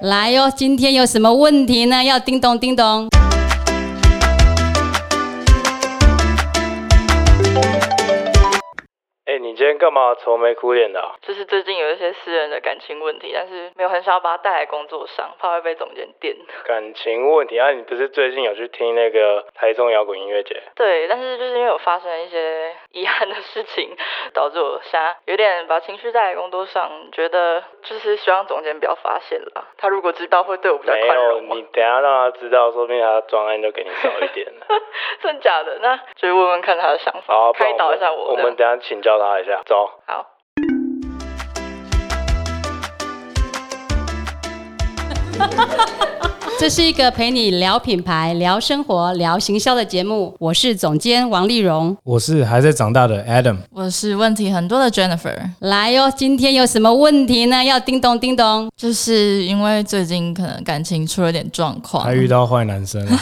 来哟、今天有什么问题呢？要叮咚叮咚。哎、你今天干嘛愁眉苦脸的啊、就是最近有一些私人的感情问题，但是没有很想要把它带来工作上，怕会被总监电。 感情问题啊？你不是最近有去听那个台中摇滚音乐节？对，但是就是因为有发生一些遗憾的事情，导致我现在有点把情绪带来工作上，觉得就是希望总监不要发现啦。他如果知道，会对我比较没宽有，容吗 你？等一下让他知道，说不定他专案就给你少一点了。真假的？那就问问看他的想法，好，啊不开然导一下我我。们。我们这样等一下请教他一下，走。好。这是一个陪你聊品牌、聊生活、聊行销的节目，我是总监王丽蓉。我是还在长大的 Adam，我是问题很多的 Jennifer，来哟、今天有什么问题呢？要叮咚叮咚。就是因为最近可能感情出了点状况还，遇到坏男生了。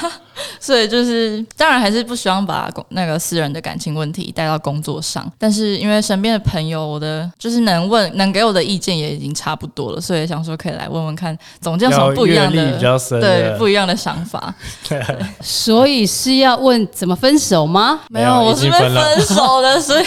所以就是当然还是不希望把工那个私人的感情问题带到工作上，但是因为身边的朋友，我的就是能问能给我的意见也已经差不多了，所以想说可以来问问看总监有什么不一样要阅历的比较深的对不一样的想法。所以是要问怎么分手吗？没有，我已是经被分了分手的，所以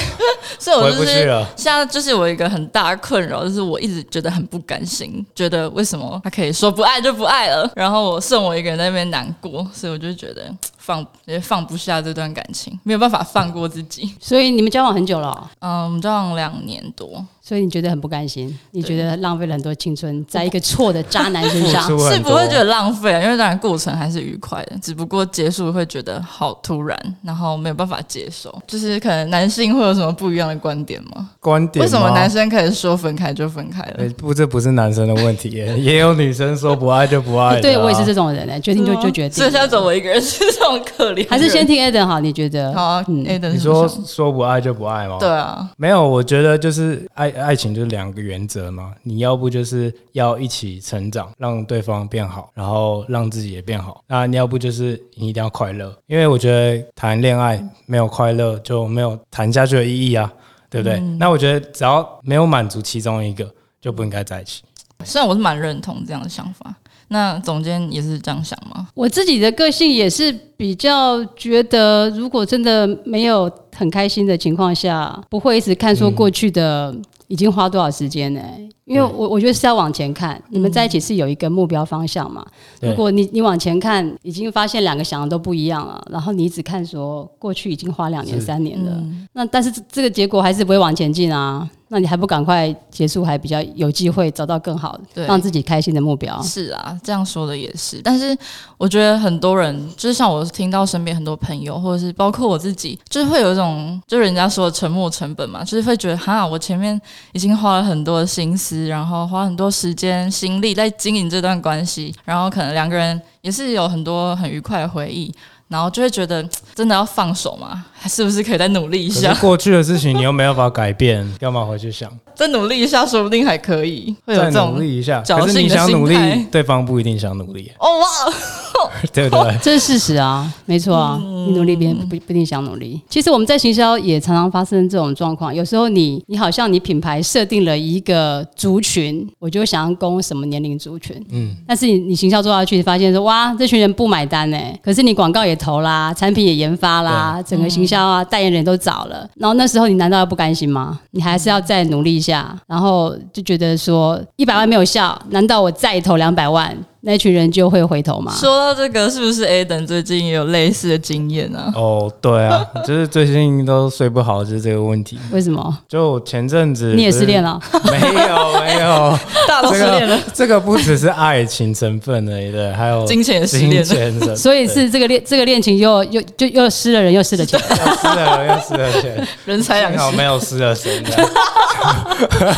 所以我回就不去是了现在就是我一个很大的困扰，就是我一直觉得很不甘心，觉得为什么他可以说不爱就不爱了，然后我剩我一个人在那边难过，所以我就觉得嗯放也放不下这段感情，没有办法放过自己。所以你们交往很久了哦、嗯，我们交往两年多，所以你觉得很不甘心，你觉得浪费了很多青春在一个错的渣男身上付。出很多是不会觉得浪费啊，因为当然过程还是愉快的，嗯只不过结束会觉得好突然，然后没有办法接受，就是可能男性会有什么不一样的观点吗？观点为什么吗男？生可以说分开就分开了诶？不，这不是男生的问题耶， 也有女生说不爱就不爱的啊。对我也是这种人、欸，决定就就决定剩。下走我一个人是这种可怜人，还是先听 Eden 好，你觉得？好啊嗯 a d 你说哦说不爱就不爱吗？对，啊，没有，我觉得就是爱爱情就是两个原则嘛，你要不就是要一起成长，让对方变好，然后让自己也变好。那你要不就是你一定要快乐，因为我觉得谈恋爱没有快乐就没有谈下去的意义啊，对不对？嗯那我觉得只要没有满足其中一个，就不应该在一起。虽然我是蛮认同这样的想法，那总监也是这样想吗？我自己的个性也是比较觉得，如果真的没有很开心的情况下，不会一直看说过去的已经花多少时间呢、因为我我觉得是要往前看，你们在一起是有一个目标方向嘛。嗯对如果你你往前看，已经发现两个想的都不一样了，然后你一直看说过去已经花两年是嗯三年了，嗯那但是这这个结果还是不会往前进啊。那你还不赶快结束，还比较有机会找到更好的，对让自己开心的目标。是啊，这样说的也是，但是我觉得很多人，就是像我听到身边很多朋友，或者是包括我自己，就是会有一种，就是人家说的沉没成本嘛，就是会觉得哈，我前面已经花了很多的心思，然后花很多时间心力在经营这段关系，然后可能两个人也是有很多很愉快的回忆，然后就会觉得真的要放手吗？是不是可以再努力一可下是？过去的事情你又没有办法改变，干嘛回去想？再努力一下，说不定还可以，会有再这种努力一下，侥可是幸你的想努力心态，对方不一定想努力，哦哇，啊对不对？这是事实啊，没错啊，你努力，别人不不不一定想努力。其实我们在行销也常常发生这种状况，有时候你你好像你品牌设定了一个族群，我就想要攻什么年龄族群，嗯，但是你你行销做下去，发现说哇，这群人不买单哎，可是你广告也投啦，产品也研发啦，整个行销啊，代言人都找了，然后那时候你难道要不甘心吗？你还是要再努力一下，然后就觉得说一百万没有效，难道我再投两百万，那群人就会回头吗？说到这个，是不是 Aden 最近也有类似的经验 啊？哦，对啊，就是最近都睡不好，就是这个问题。为什么？就我前阵子你也不是失恋了？没有没有， 大这个这个不只是爱情成分而已的，还有金钱也失金恋了钱成 分，所以是这个恋这个恋情又又就又失了人又失了钱，对又失了又失 了钱，人财两幸好失。没有失了神。这样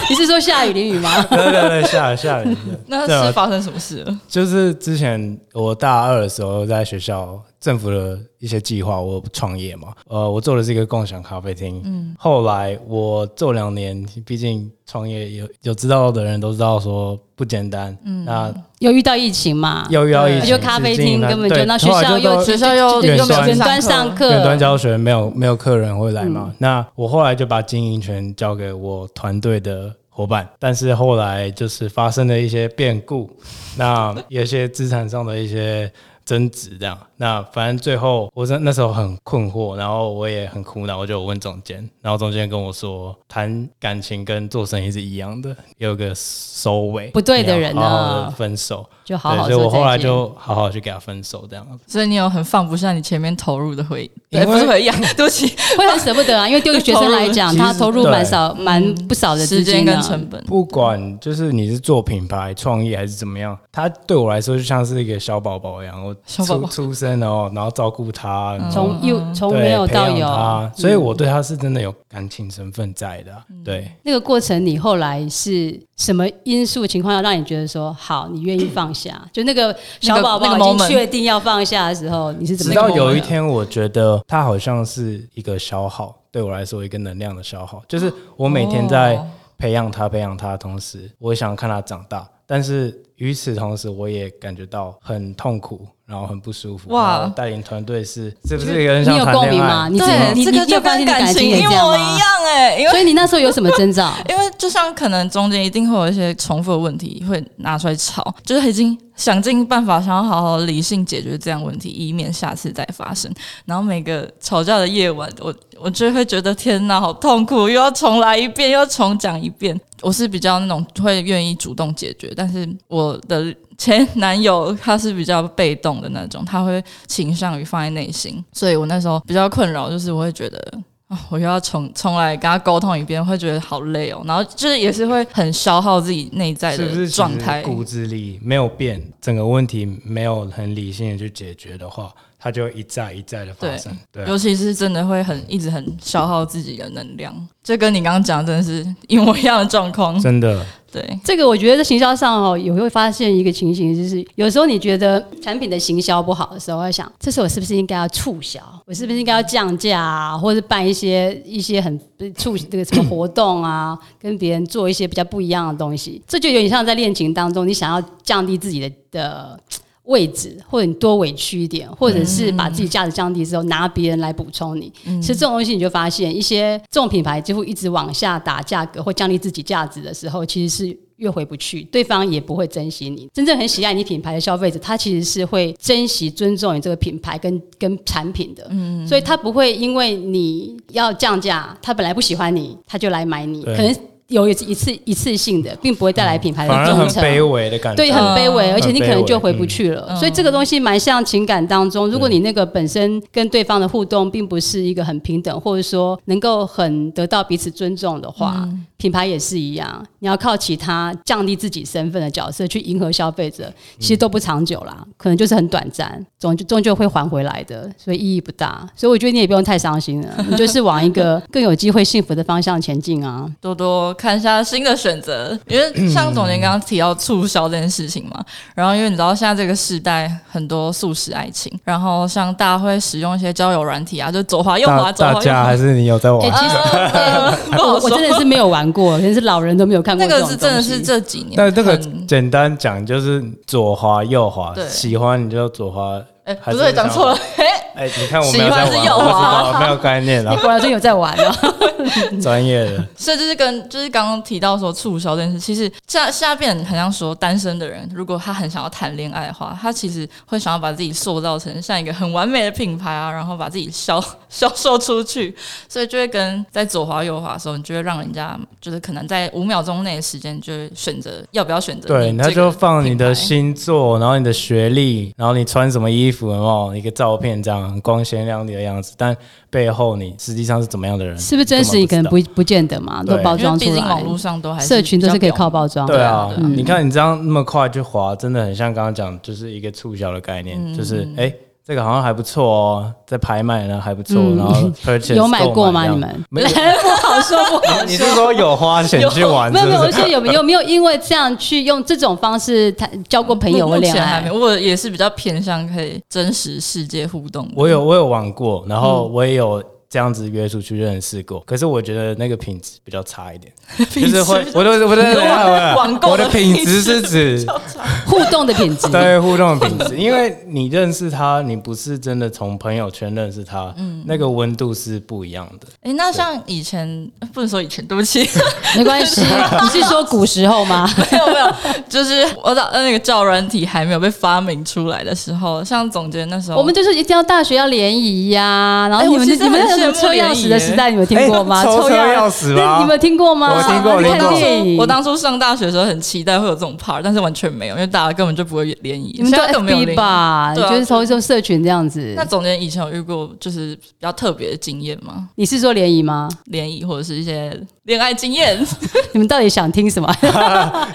你是说下雨淋雨吗？对对对，吓吓人的。那对是啊发生什么事了？就是之前我大二的时候，在学校政府的一些计划，我有创业嘛，呃，我做的是一个共享咖啡厅。嗯，后来我做两年，毕竟创业有有知道的人都知道说不简单。嗯，那又遇到疫情嘛？又要一对就咖啡厅根本就那学后来校又都学校又就远就端远端上课，远端教学嗯没有没有客人会来嘛？那我后来就把经营权交给我团队的伙伙伴，但是后来就是发生了一些变故， 那有一些资产上的一些争执，这样。那反正最后我真那时候很困惑，然后我也很苦恼，我就问总监，然后总监跟我说，谈感情跟做生意是一样的，有个收尾，不对的人你要好好地啊分手。就好好对，所以说我后来再见。就好好去给他分手，这样子。所以你有很放不下你前面投入的回忆，因为对，不是回忆 啊，对不起，会很舍不得啊，因为对于学生来讲，投入他其实投入对蛮少、蛮不少的嗯时资间金啊跟成本。不管就是你是做品牌创业还是怎么样，他对我来说就像是一个小宝宝一样，我小宝宝出出生哦，然后照顾他，然后嗯从幼从对没有到培有嗯养他，所以我对他是真的有感情成分在的啊。对，那个过程，你后来是什么因素情况要让你觉得说好，你愿意放下？就那个小宝宝那个已经 moment 确定要放下的时候，你是怎么直样到的？有一天，我觉得他好像是一个消耗，对我来说一个能量的消耗，就是我每天在哦培养他、培养他的同时，我也想看他长大，但是与此同时，我也感觉到很痛苦，然后很不舒服。哇然后带领团队是是不是有人你像有谈共鸣恋吗？爱？你自对，己你你这个你有就发现你跟的感情也一这样模吗一？样哎、因为所以你那时候有什么征 兆？因为就像可能中间一定会有一些重复的问题会拿出来吵，就是已经想尽办法想要好好理性解决这样问题，以免下次再发生。然后每个吵架的夜晚，我 我就会觉得天哪，好痛苦，又要重来一遍，又要重讲一遍。我是比较那种会愿意主动解决，但是我的前男友他是比较被动的那种，他会倾向于放在内心，所以我那时候比较困扰，就是我会觉得啊，我又要重重来跟他沟通一遍，会觉得好累哦。然后就是也是会很消耗自己内在是不是的其实状态。骨子里没有变，整个问题没有很理性的去解决的话，它就一再一再的发对生。对啊，尤其是真的会很一直很消耗自己的能量，这跟你刚刚讲的真的是一模一样的状况。真的，对，这个我觉得在行销上哦，也会发现一个情形，就是有时候你觉得产品的行销不好的时候，会想，这时候我是不是应该要促销？我是不是应该要降价啊，或者办一些一些很呃促这个什么活动啊，跟别人做一些比较不一样的东西？这就有点像在恋情当中，你想要降低自己的的。位置，或者你多委屈一点，或者是把自己价值降低之后，拿别人来补充你。其实这种东西你就发现，一些这种品牌几乎一直往下打价格或降低自己价值的时候，其实是越回不去，对方也不会珍惜你。真正很喜爱你品牌的消费者，他其实是会珍惜、尊重你这个品牌跟跟产品的，所以他不会因为你要降价，他本来不喜欢你，他就来买你，对可能有一次一次一次性的，并不会带来品牌的反而忠很诚。卑微的感觉。对，很卑微，嗯而且你可很卑能微就回不去了。嗯所以这个东西蛮像情感当中，如果你那个本身跟对方的互动并不是一个很平等，或者说能够很得到彼此尊重的话，嗯品牌也是一样，你要靠其他降低自己身份的角色去迎合消费者，其实都嗯不长久啦，可能就是很短暂，终终究会还回来的，所以意义不大。所以我觉得你也不用太伤心了，你就是往一 个更有机会幸福的方向前进啊。多多看一下新的选择，因为像总监刚刚提到促销这件事情嘛，然后因为你知道现在这个时代很多素食爱情，然后像大家会使用一些交友软体啊，就左滑右大滑，左大滑右家滑还。是你有在玩 哎、？其实、哦 不好我我说 真的是没有玩过，真是老人都没有看过那这个种是真的东西是这几年但很，这个简单讲就是左滑右滑，对喜欢你就左滑。哎、还不对，讲错了，哎、哎、你看我没有在玩，喜欢是右我不滑知道没有概念你 啊，果然真有在玩哦。专业的。所以就是跟就是刚刚提到说促销这件事，其实现在现在变得很像说单身的人，如果他很想要谈恋爱的话，他其实会想要把自己塑造成像一个很完美的品牌啊，然后把自己销 销售出去，所以就会跟在左滑右滑的时候，你就会让人家就是可能在五秒钟内的时间，就会选择要不要选择对，你他这个就放你的品牌星座，然后你的学历，然后你穿什么衣服，然后一个照片，这样很光鲜亮丽的样子，但背后你实际上是怎么样的人， 是不是真实？你可能根本不不见得嘛，都对包因为装毕出竟来网。络上都还是社群都是可以靠包。包装知道。对的。嗯啊，对啊你看你这样那么快就滑，真的很像刚刚讲，就是一个促销的概念，嗯就是哎、这个好像还不错哦，在拍卖呢还不错，嗯然后 purchase 有买过吗？购你买这样们没有不好说，不 好你是说有花钱去玩没是有不没有，我是？说有没有没有因为这样去用这种方式谈交过朋友目或目恋前还爱没，？我也是比较偏向可以真实世界互动的。我有我有玩过，然后嗯我也有这样子约出去认识过，可是我觉得那个品质 比较差一点，就是会我的我的网我网购的的品质是指互动的品质。 对互动的品质，因为你认识他，你不是真的从朋友圈认识他，嗯那个温度是不一样的。哎，那像以前呃不能说以前，对不起，没关 系，你是说古时候 吗？没有没有，就是我的那个教软体还没有被发明出来的时候，像总监那时候，我们就是一定要大学要联谊呀，然后哎你我们其实你们很那种羡慕抽钥联匙谊的耶时代，你们听过吗？哎抽车钥钥匙 吗你们听过吗？我听过你我听看过电影，我当初上大学的时候很期待会有这种 part，但是完全没有，因为大家根本就不会联谊，你们现都在根本没有 FB 联谊。吧，对啊就是抽一抽社群这样子那。总监以前有遇过就是比较特别的经验吗？你是说联谊 吗？联谊或者是一些恋爱经验， 你们到底想听 什么？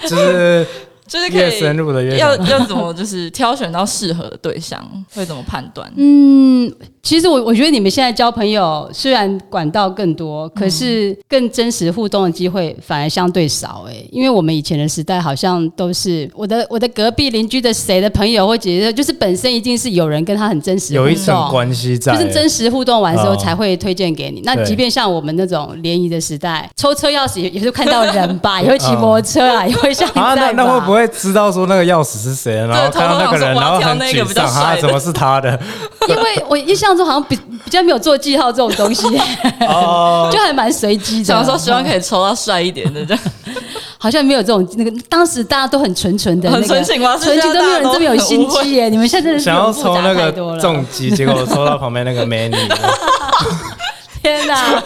就是就是可越深以入的越要想要怎么就是挑选到适合的对象，会怎么判断？嗯，其实我我觉得你们现在交朋友虽然管道更多，可是嗯更真实互动的机会反而相对少哎、因为我们以前的时代好像都是我的我的隔壁邻居的谁的朋友或姐姐，就是本身一定是有人跟他很真实互有动，一层关系在，就是真实互动完之后哦才会推荐给你。那对即便像我们那种联谊的时代，抽车钥匙也也是看到人 吧，也会骑摩托车啊，也会像你嗯啊，那在吧那会不会知道说那个钥匙是谁？然后偷偷看到那个人，想说然后我要很挑那沮个比较丧，啊，帅的怎么是 他的？因为我印象中好像比比较没有做记号这种东 西， 哦，就还蛮随机的。小时候希望可以抽到帅一点的这样。好像没有这种那个，当时大家都很纯纯的、那很个，纯情吗纯情都没有人这么有心机耶！你们现在真的是想要复抽杂那太个多了，重击，结果抽到旁边 那个 many，天哪！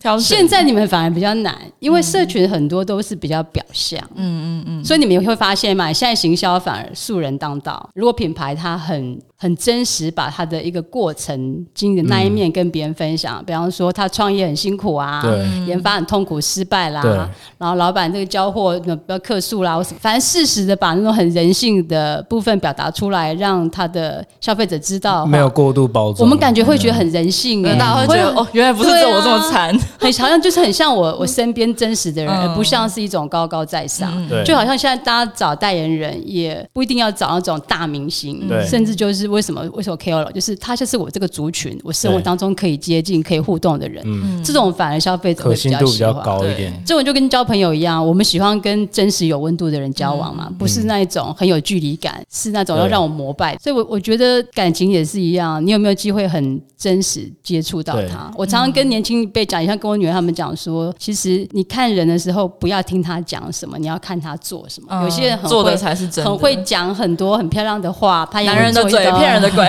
挑选现在你们反而比较难，因为社群很多都是比较表象，嗯嗯嗯，所以你们也会发现嘛，现在行销反而素人当道。如果品牌它很很真实，把它的一个过程经营的那一面跟别人分享，比方说他创业很辛苦啊，嗯嗯对研发很痛苦，失败啦对，然后老板这个交货呃不要客诉啦，我什么反正适时的把那种很人性的部分表达出来，让他的消费者知道的话。没有过度包装，嗯我们感觉会觉得很人性、欸，大家会觉得哦，原来不是只啊有我这么惨。很好像就是很像 我我身边真实的人，嗯而不像是一种高高在上。对就好像现在大家找代言人，也不一定要找那种大明星，对甚至就是为什么为什么 KOL，就是他就是我这个族群，我生活对嗯当中可以接近、可以互动的人，嗯这种反而消费者可会比信较度比喜较欢。高一对点。这种就跟交朋友一样，我们喜欢跟真实有温度的人交往嘛，嗯不是那一种很有距离感，是那种要对让我膜拜。所以我，我觉得感情也是一样，你有没有机会很真实接触到对他？我常常跟年轻一辈讲，也像跟我女儿他们讲说，其实你看人的时候，不要听他讲什么，你要看他做什么。 有些人嗯很做的会。才是真的，很会讲很多很漂亮的话，他也男人的会做嘴一张 骗人的鬼，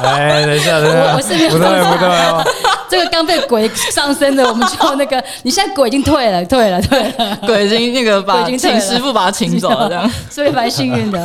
哎，等一下，等一下，我是没有不对不对哦，这个刚被鬼上身的，我们就那个，你现在鬼已经退了，退了，退了。鬼已经那个把鬼已经退请了师傅把他请走 了这样。所以蛮幸运的。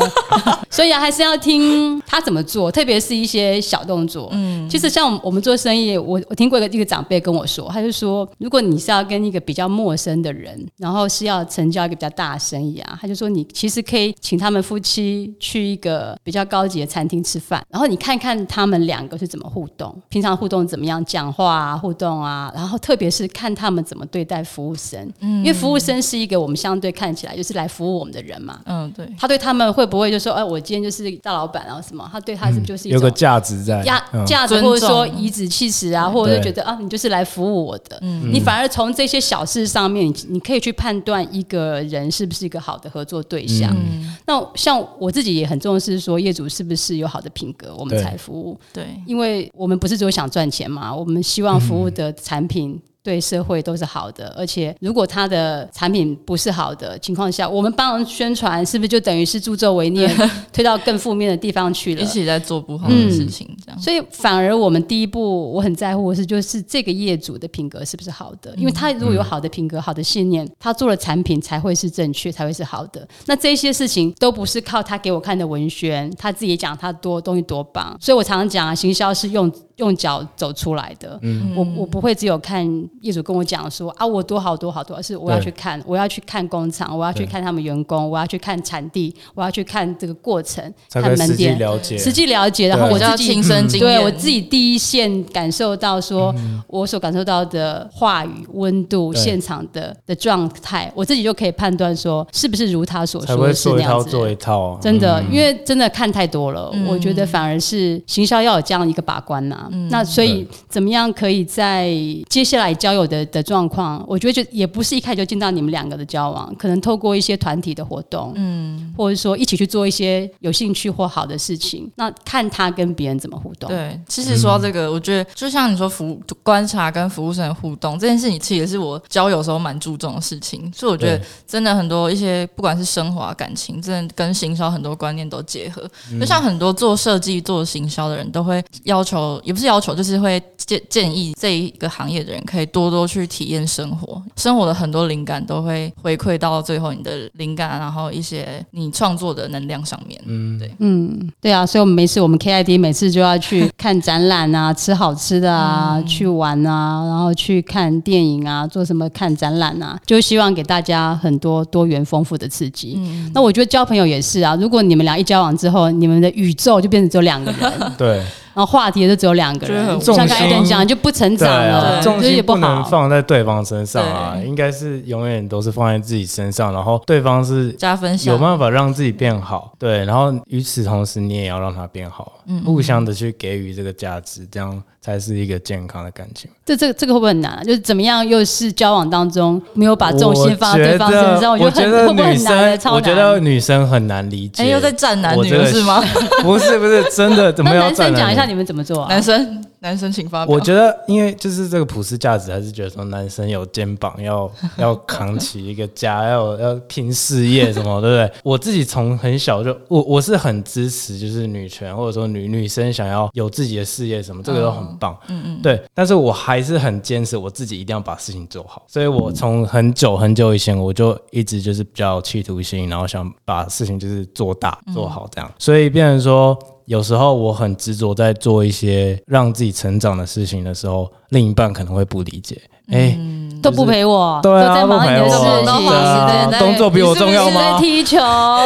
所以啊，还是要听他怎么做，特别是一些小动作。嗯，其实像我们我们做生意，我我听过一个一个长辈跟我说，他就说，如果你是要跟一个比较陌生的人，然后是要成交一个比较大的生意啊，他就说你其实可以请他们夫妻去一个比较高级的餐厅吃饭，然后你看看他们两个是怎么互动，平常互动怎么样，讲话啊，互动啊，然后特别是看他们怎么对待服务生，因为服务生是一个我们相对看起来就是来服务我们的人嘛，嗯，对，他对他们会不会就说，哎，我今天就是大老板啊什么？他对他是不是就是一嗯有个种价值在，压嗯价值，尊或者说重颐指气使啊，或者是觉对得啊，你就是来服务我的。你反而从这些小事上面，你你可以去判断一个人是不是一个好的合作对象。嗯那像我自己也很重视说，业主是不是有好的品格，我们对才服务。对，因为我们不是只有想赚钱嘛，我们希望服务的产品对社会都是好的，而且如果它的产品不是好的情况下，我们帮忙宣传，是不是就等于是助纣为虐，推到更负面的地方去了一？起在做不好嗯的事情这样。所以反而我们第一步我很在乎的是，就是这个业主的品格是不是好的，因为嗯他如果有好的品格、好的信念，他做的产品才会是正确，才会是好的。那这些事情都不是靠他给我看的文宣，他自己讲他多东西多棒，所以我常常讲啊，行销是用用脚走出来的。嗯我我不会只有看业主跟我讲说啊，我多好多好多好，是我要对去看，我要去看工厂，我要去对看他们员工，我要去看产地，我要去看这个过程，才看可以门实际店。了解，实际了解，然后对我比较自己嗯亲身经验，对我自己第一线感受到说，嗯我所感受到的话语温度、对现场的的状态，我自己就可以判断说是不是如他所才说会的是说那一套样子做一的。套啊，真的，因为真的看太多了，我觉得反而是行销要有这样一个把关呐、那所以怎么样可以在接下来交友的的状况，我觉得就也不是一开始就进到你们两个的交往，可能透过一些团体的活动，嗯，或者说一起去做一些有兴趣或好的事情，那看他跟别人怎么互动。对，其实说到这个，嗯我觉得就像你说服务观察跟服务生的互动这件事情，其实也是我交友时候蛮注重的事情。所以我觉得对真的很多一些不管是生活、啊、感情，真的跟行销很多观念都结合。就嗯像很多做设计、做行销的人都会要求，也不是要求，就是会建建议这一个行业的人可以多多去体验生活，生活的很多灵感都会回馈到最后你的灵感，啊然后一些你创作的能量上面。嗯，对。嗯，对啊，所以我们每次我们 KID 每次就要 去看展览啊，吃好吃的啊，嗯去玩啊，然后去看电影啊，做什么看展览啊，就希望给大家很多多元丰富的刺激。嗯嗯那我觉得交朋友也是啊，如果你们俩一交往之后，你们的宇宙就变成只有两 个人，对然后话题也就只有两个就会人，很像刚才重心跟你讲，就不成对长啊，了，重所以也心不不能好。放在对方身上啊，应该是永远都是放在自己身上，然后对方是加分项有办法让自己变好，对，然后与此同时你也要让他变好，嗯互相的去给予这个价值，这样才是一个健康的感情。这这个这个会不会很难啊？就是怎么样，又是交往当中没有把重心放在对方身上，我我觉得觉很得会不会女很难欸？生，超我觉难。得女生很难理解。哎，又在站男我女这个了是吗？不是不是真 的，怎么那要男站生男讲一下女你们怎么做啊？男生，男生请发表。我觉得，因为就是这个普世价值，还是觉得说男生有肩膀 要要扛起一个家，要要拼事业什么，对不对？ 我自己从很小就我我是很支持，就是女权或者说女女生想要有自己的事业什么，这个都很棒。嗯嗯。对，但是我还是很坚持我自己一定要把事情做好，所以我从很久很久以前我就一直就是比较有企图心，然后想把事情就是做大做好这样，所以变成说。有时候我很执着在做一些让自己成长的事情的时候，另一半可能会不理解。哎、都不陪我，对啊都在忙你的事都情，不陪我啊对对啊工作比我重要吗你是不是在踢球，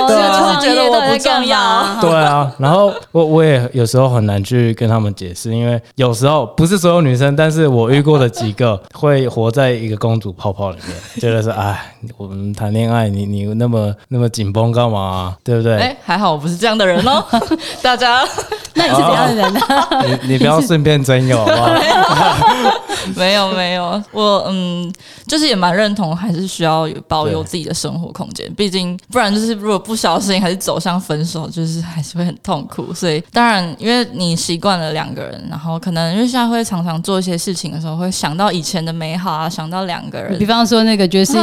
对在啊创业，到底在干嘛？对啊，然后我我也有时候很难去跟他们解释，因为有时候不是所有女生，但是我遇过的几个会活在一个公主泡泡里面，觉得是哎，我们谈恋爱，你你那么那么紧绷干嘛、啊对不对？哎、还好我不是这样的人 哦，大家那你是怎样的人呢？你你不要顺便真有好不好？没有没有，我嗯，就是也蛮认同，还是需要有保有自己的生活空间，毕竟不然就是如果不小心还是走向分手，就是还是会很痛苦。所以当然，因为你习惯了两个人，然后可能因为现在会常常做一些事情的时候，会想到以前的美好啊，想到两个人比。方说那个爵士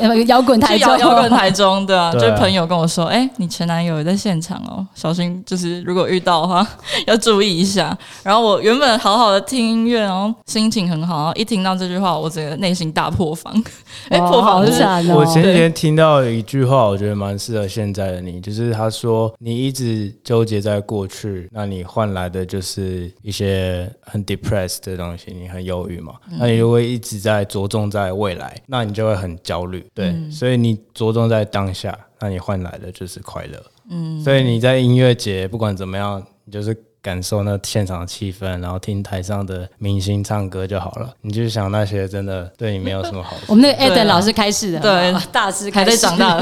那个摇滚台去中摇，摇滚台中，对啊， 对就啊朋友跟我说，哎、你前男友也在现场哦，小心，就是如果遇到的话 要注意一下。然后我原本好好的听音乐，然后心情很好，然后一听到这句话，我整个内心大破防。 哎、哇破防好就是惨哦！我前几天听到一句话，我觉得蛮适合现在的你，就是他说你一直纠结在过去，那你换来的就是一些很 depressed 的东西，你很忧郁嘛。嗯那你如果一直在着重在未来，那你就会很焦虑。对，嗯所以你着重在当下，那你换来的就是快乐。嗯，所以你在音乐节不管怎么样，你就是。感受那现场的气氛，然后听台上的明星唱歌就好了。你就想那些真的对你没有什么好处。 我们那个 Eden 对啊老师开始的，对好吧大师还开在始长大，，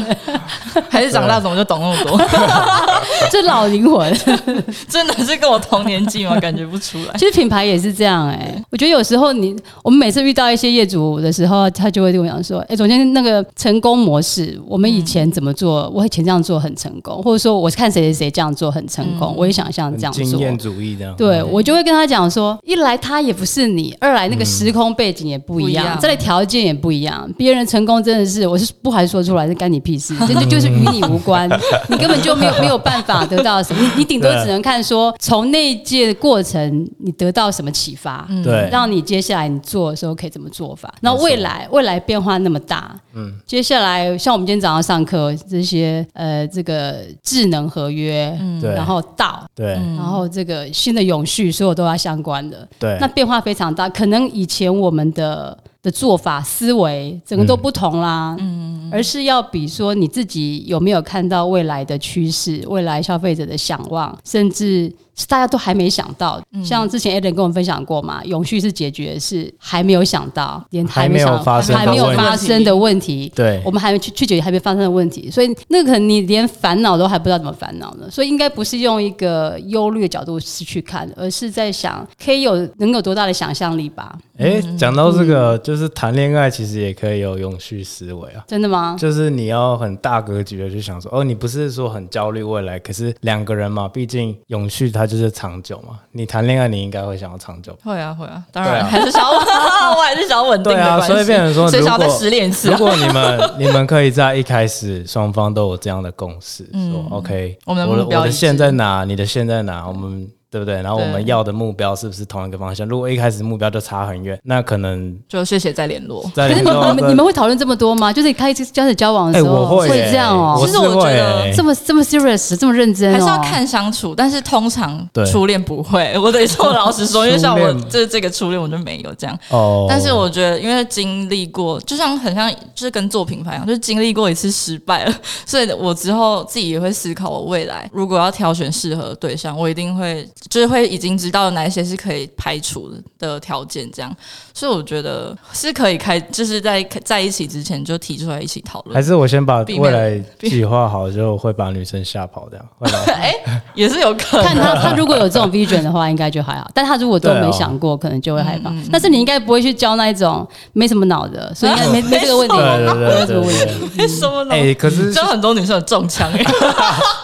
还在长大，怎么就懂那么多？ 这老灵魂。 真的是跟我同年纪吗？感觉不出来。其实品牌也是这样哎、我觉得有时候你，我们每次遇到一些业主的时候，他就会跟我讲说：“哎、总监，那个成功模式，我们以前怎么做？我以前这样做很成功，或者说我看谁谁谁这样做很成功，我也想像嗯很这样做。”经验主义这样。嗯对，我就会跟他讲说，一来他也不是你，二来那嗯个时空背景也不一样，不一样再来条件也不一样。别人成功真的是，我是不还说出来，这干你屁事，这就就是与你无关，你根本就没有没有办法得到什么，你你顶多对只能看说从那一届的过程你得到什么启发，对嗯让你接下来你做的时候可以怎么做法。那未来未来变化那么大，嗯，接下来像我们今天早上上课这些呃这个智能合约，嗯，对然后到。对然后这个新的永续，所有都要相关的。对那变化非常大，可能以前我们的的做法、思维，整个都不同啦。嗯，而是要比说你自己有没有看到未来的趋势，未来消费者的想望，甚至是大家都还没想到的。嗯像之前 Eden 跟我们分享过嘛，永续是解决是还没有想到，连还没没有想发生还的没有问发题生的问题，对我们还没去去解决还没发生的问题，所以那个可能你连烦恼都还不知道怎么烦恼呢，所以应该不是用一个忧虑的角度是去看，而是在想可以有能有多大的想象力吧？哎，嗯讲到这个，就是谈恋爱其实也可以有永续思维啊。真的吗？就是你要很大格局的去想说，哦，你不是说很焦虑未来，可是两个人嘛，毕竟永续它就是长久嘛。你谈恋爱，你应该会想要长久吧。会啊会啊，当对然、啊还是想要， 我还是想要稳定对的啊，关系。所以变成说，所以如想要果再失恋一 次如啊。果你们你们可以在一开始双方都有这样的共识，说 OK，嗯我们的我的目标我的一致线在哪，你的线在哪，我们。对不对？然后我对们要的目标是不是同一个方向？如果一开始目标就差很远，那可能就谢谢再联络。在可是你联络你们的你们会讨论这么多吗？就是你开始开始交往的哎，时候、我会耶这样哦、我其是实我觉会得耶这么这么 serious，这么认真、哦，还是要啊看相处，但是通常对初恋不会。 我得说老实说，因为 像初我恋这这个初恋我就没有这样。哦，但是我觉得，因为经历过，就像很像，就是跟做品牌一样，就是经历过一次失败了， 所以我之后自己也会思考，我未来如果要挑选适合的对象，我一定会就是会已经知道哪一些是可以排除的条件，这样。所以我觉得是可以开，就是在在一起之前就提出来一起讨还论，是我先把避免未来计划好，就会把女生吓跑，这样会 吗？哎、也是有可看能。 他，他如果有这种 vision 的话，应该就还好。但他如果都对没哦想过，可能就会害嗯怕。但是你应该不会去教那一种没什么脑的，所以应该 没没这个问题，对对没有这个对对问题。对。为 什么呢？哎，可是就很多女生有中枪、 哎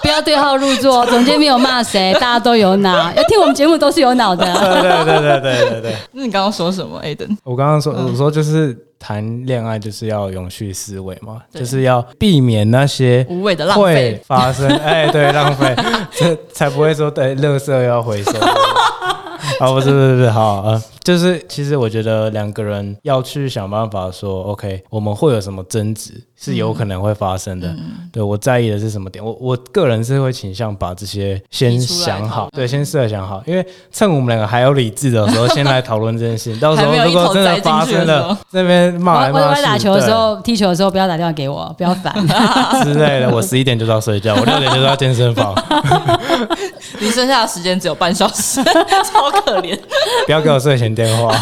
不要对号入座，总监没有骂谁，大家都有脑，要听我们节目都是有脑的。对对对对对对对，那你刚刚说什么，Aden？我刚刚说我说就是谈恋爱就是要永续思维嘛，对就是要避免那些无谓的浪会费发生，哎，对，浪费，这才不会说对，垃圾要回 收。啊，不是不是不是，好，呃，就是其实我觉得两个人要去想办法说，OK，我们会有什么争执是有可能会发生的。嗯对我在意的是什么点，我我个人是会倾向把这些先提出来想讨好，对，先设想好，因为趁我们两个还有理智的时候，先来讨论这件事 情。到时候还没有如一头果真的栽进发去生的时了候，那边我骂来我 骂我去，打球的对时候，踢球的时候不要打电话给我，不要 烦。之类的，我十一点就是要睡觉，我六点就是要健身房，你剩下的时间只有半小 时，超可怜。不要给我睡前电 话，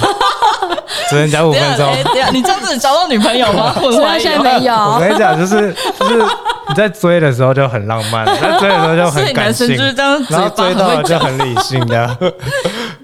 只能讲五等一分下，钟哎。等一下，你这样子找到女朋友 吗？我虽怀然疑现在没 我有，啊跟你讲，就是就是你在追的时候就很浪漫， 在追的时候就所很以男感生性，就是这样，嘴然后巴追很到了会就讲。很理性 的。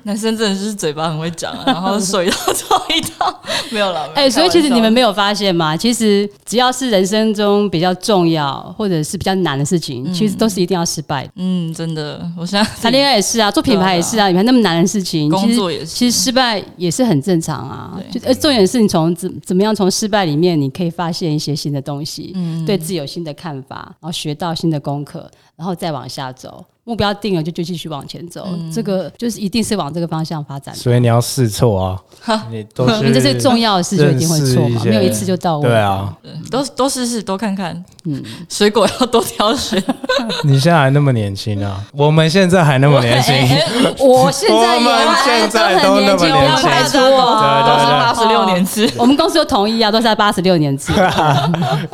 男生真的是嘴巴很会讲啊，然后手一套做一套，没有了。哎、所以其实你们没有发现吗？其实只要是人生中比较重要或者是比较难的事情，嗯其实都是一定要失败的。嗯，真的，我现在谈恋爱也是啊，做品牌也是啊，你看那么难的事情，工其实作也是其实失败也是很正常啊。就对呃，重点是你从怎怎么样从失败里面，你可以发现一些新的东西，对自己有新的看法，然后学到新的功课，然后再往下走。目标定了就就继续往前走，这个就是一定是往这个方向发展的。所以你要试错啊，你都因为这是重要的事，就一定会错认嘛，识一些没有一次就到位。对，啊，多多试试，多看看，嗯，水果要多挑选。你现在还那么年轻啊，我们现在还那么年 轻， 我现在也我们现在都都很那么轻，不要年轻排除对我，都是八十六年次。我们公司都同意啊，都是在八十六年制。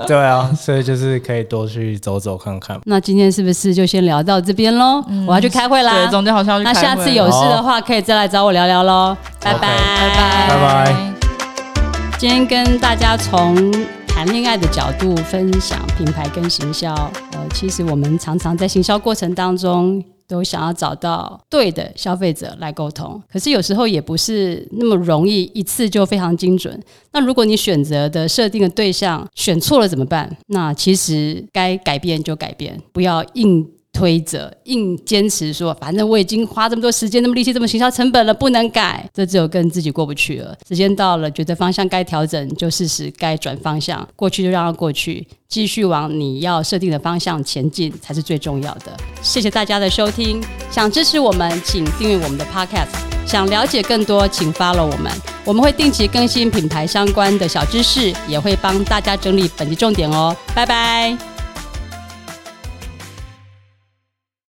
对啊，所以就是可以多去走走看看。那今天是不是就先聊到这边喽？我要去开会啦嗯对，。中间好像要去那开下会次了有事的话，可以再来找我聊聊喽。拜拜， OK，拜拜拜拜。今天跟大家从谈恋爱的角度分享品牌跟行销。呃，其实我们常常在行销过程当中。都想要找到对的消费者来沟通，可是有时候也不是那么容易，一次就非常精准。那如果你选择的设定的对象选错了怎么办？那其实该改变就改变，不要硬。推着硬坚持说，反正我已经花这么多时间、那么力气、这么行销成本了，不能改，这只有跟自己过不去了。时间到了，觉得方向该调整，就试试该转方向，过去就让它过去，继续往你要设定的方向前进才是最重要的。谢谢大家的收听，想支持我们，请订阅我们的 Podcast；想了解更多，请 follow 我们。我们会定期更新品牌相关的小知识，也会帮大家整理本集重点哦。拜拜。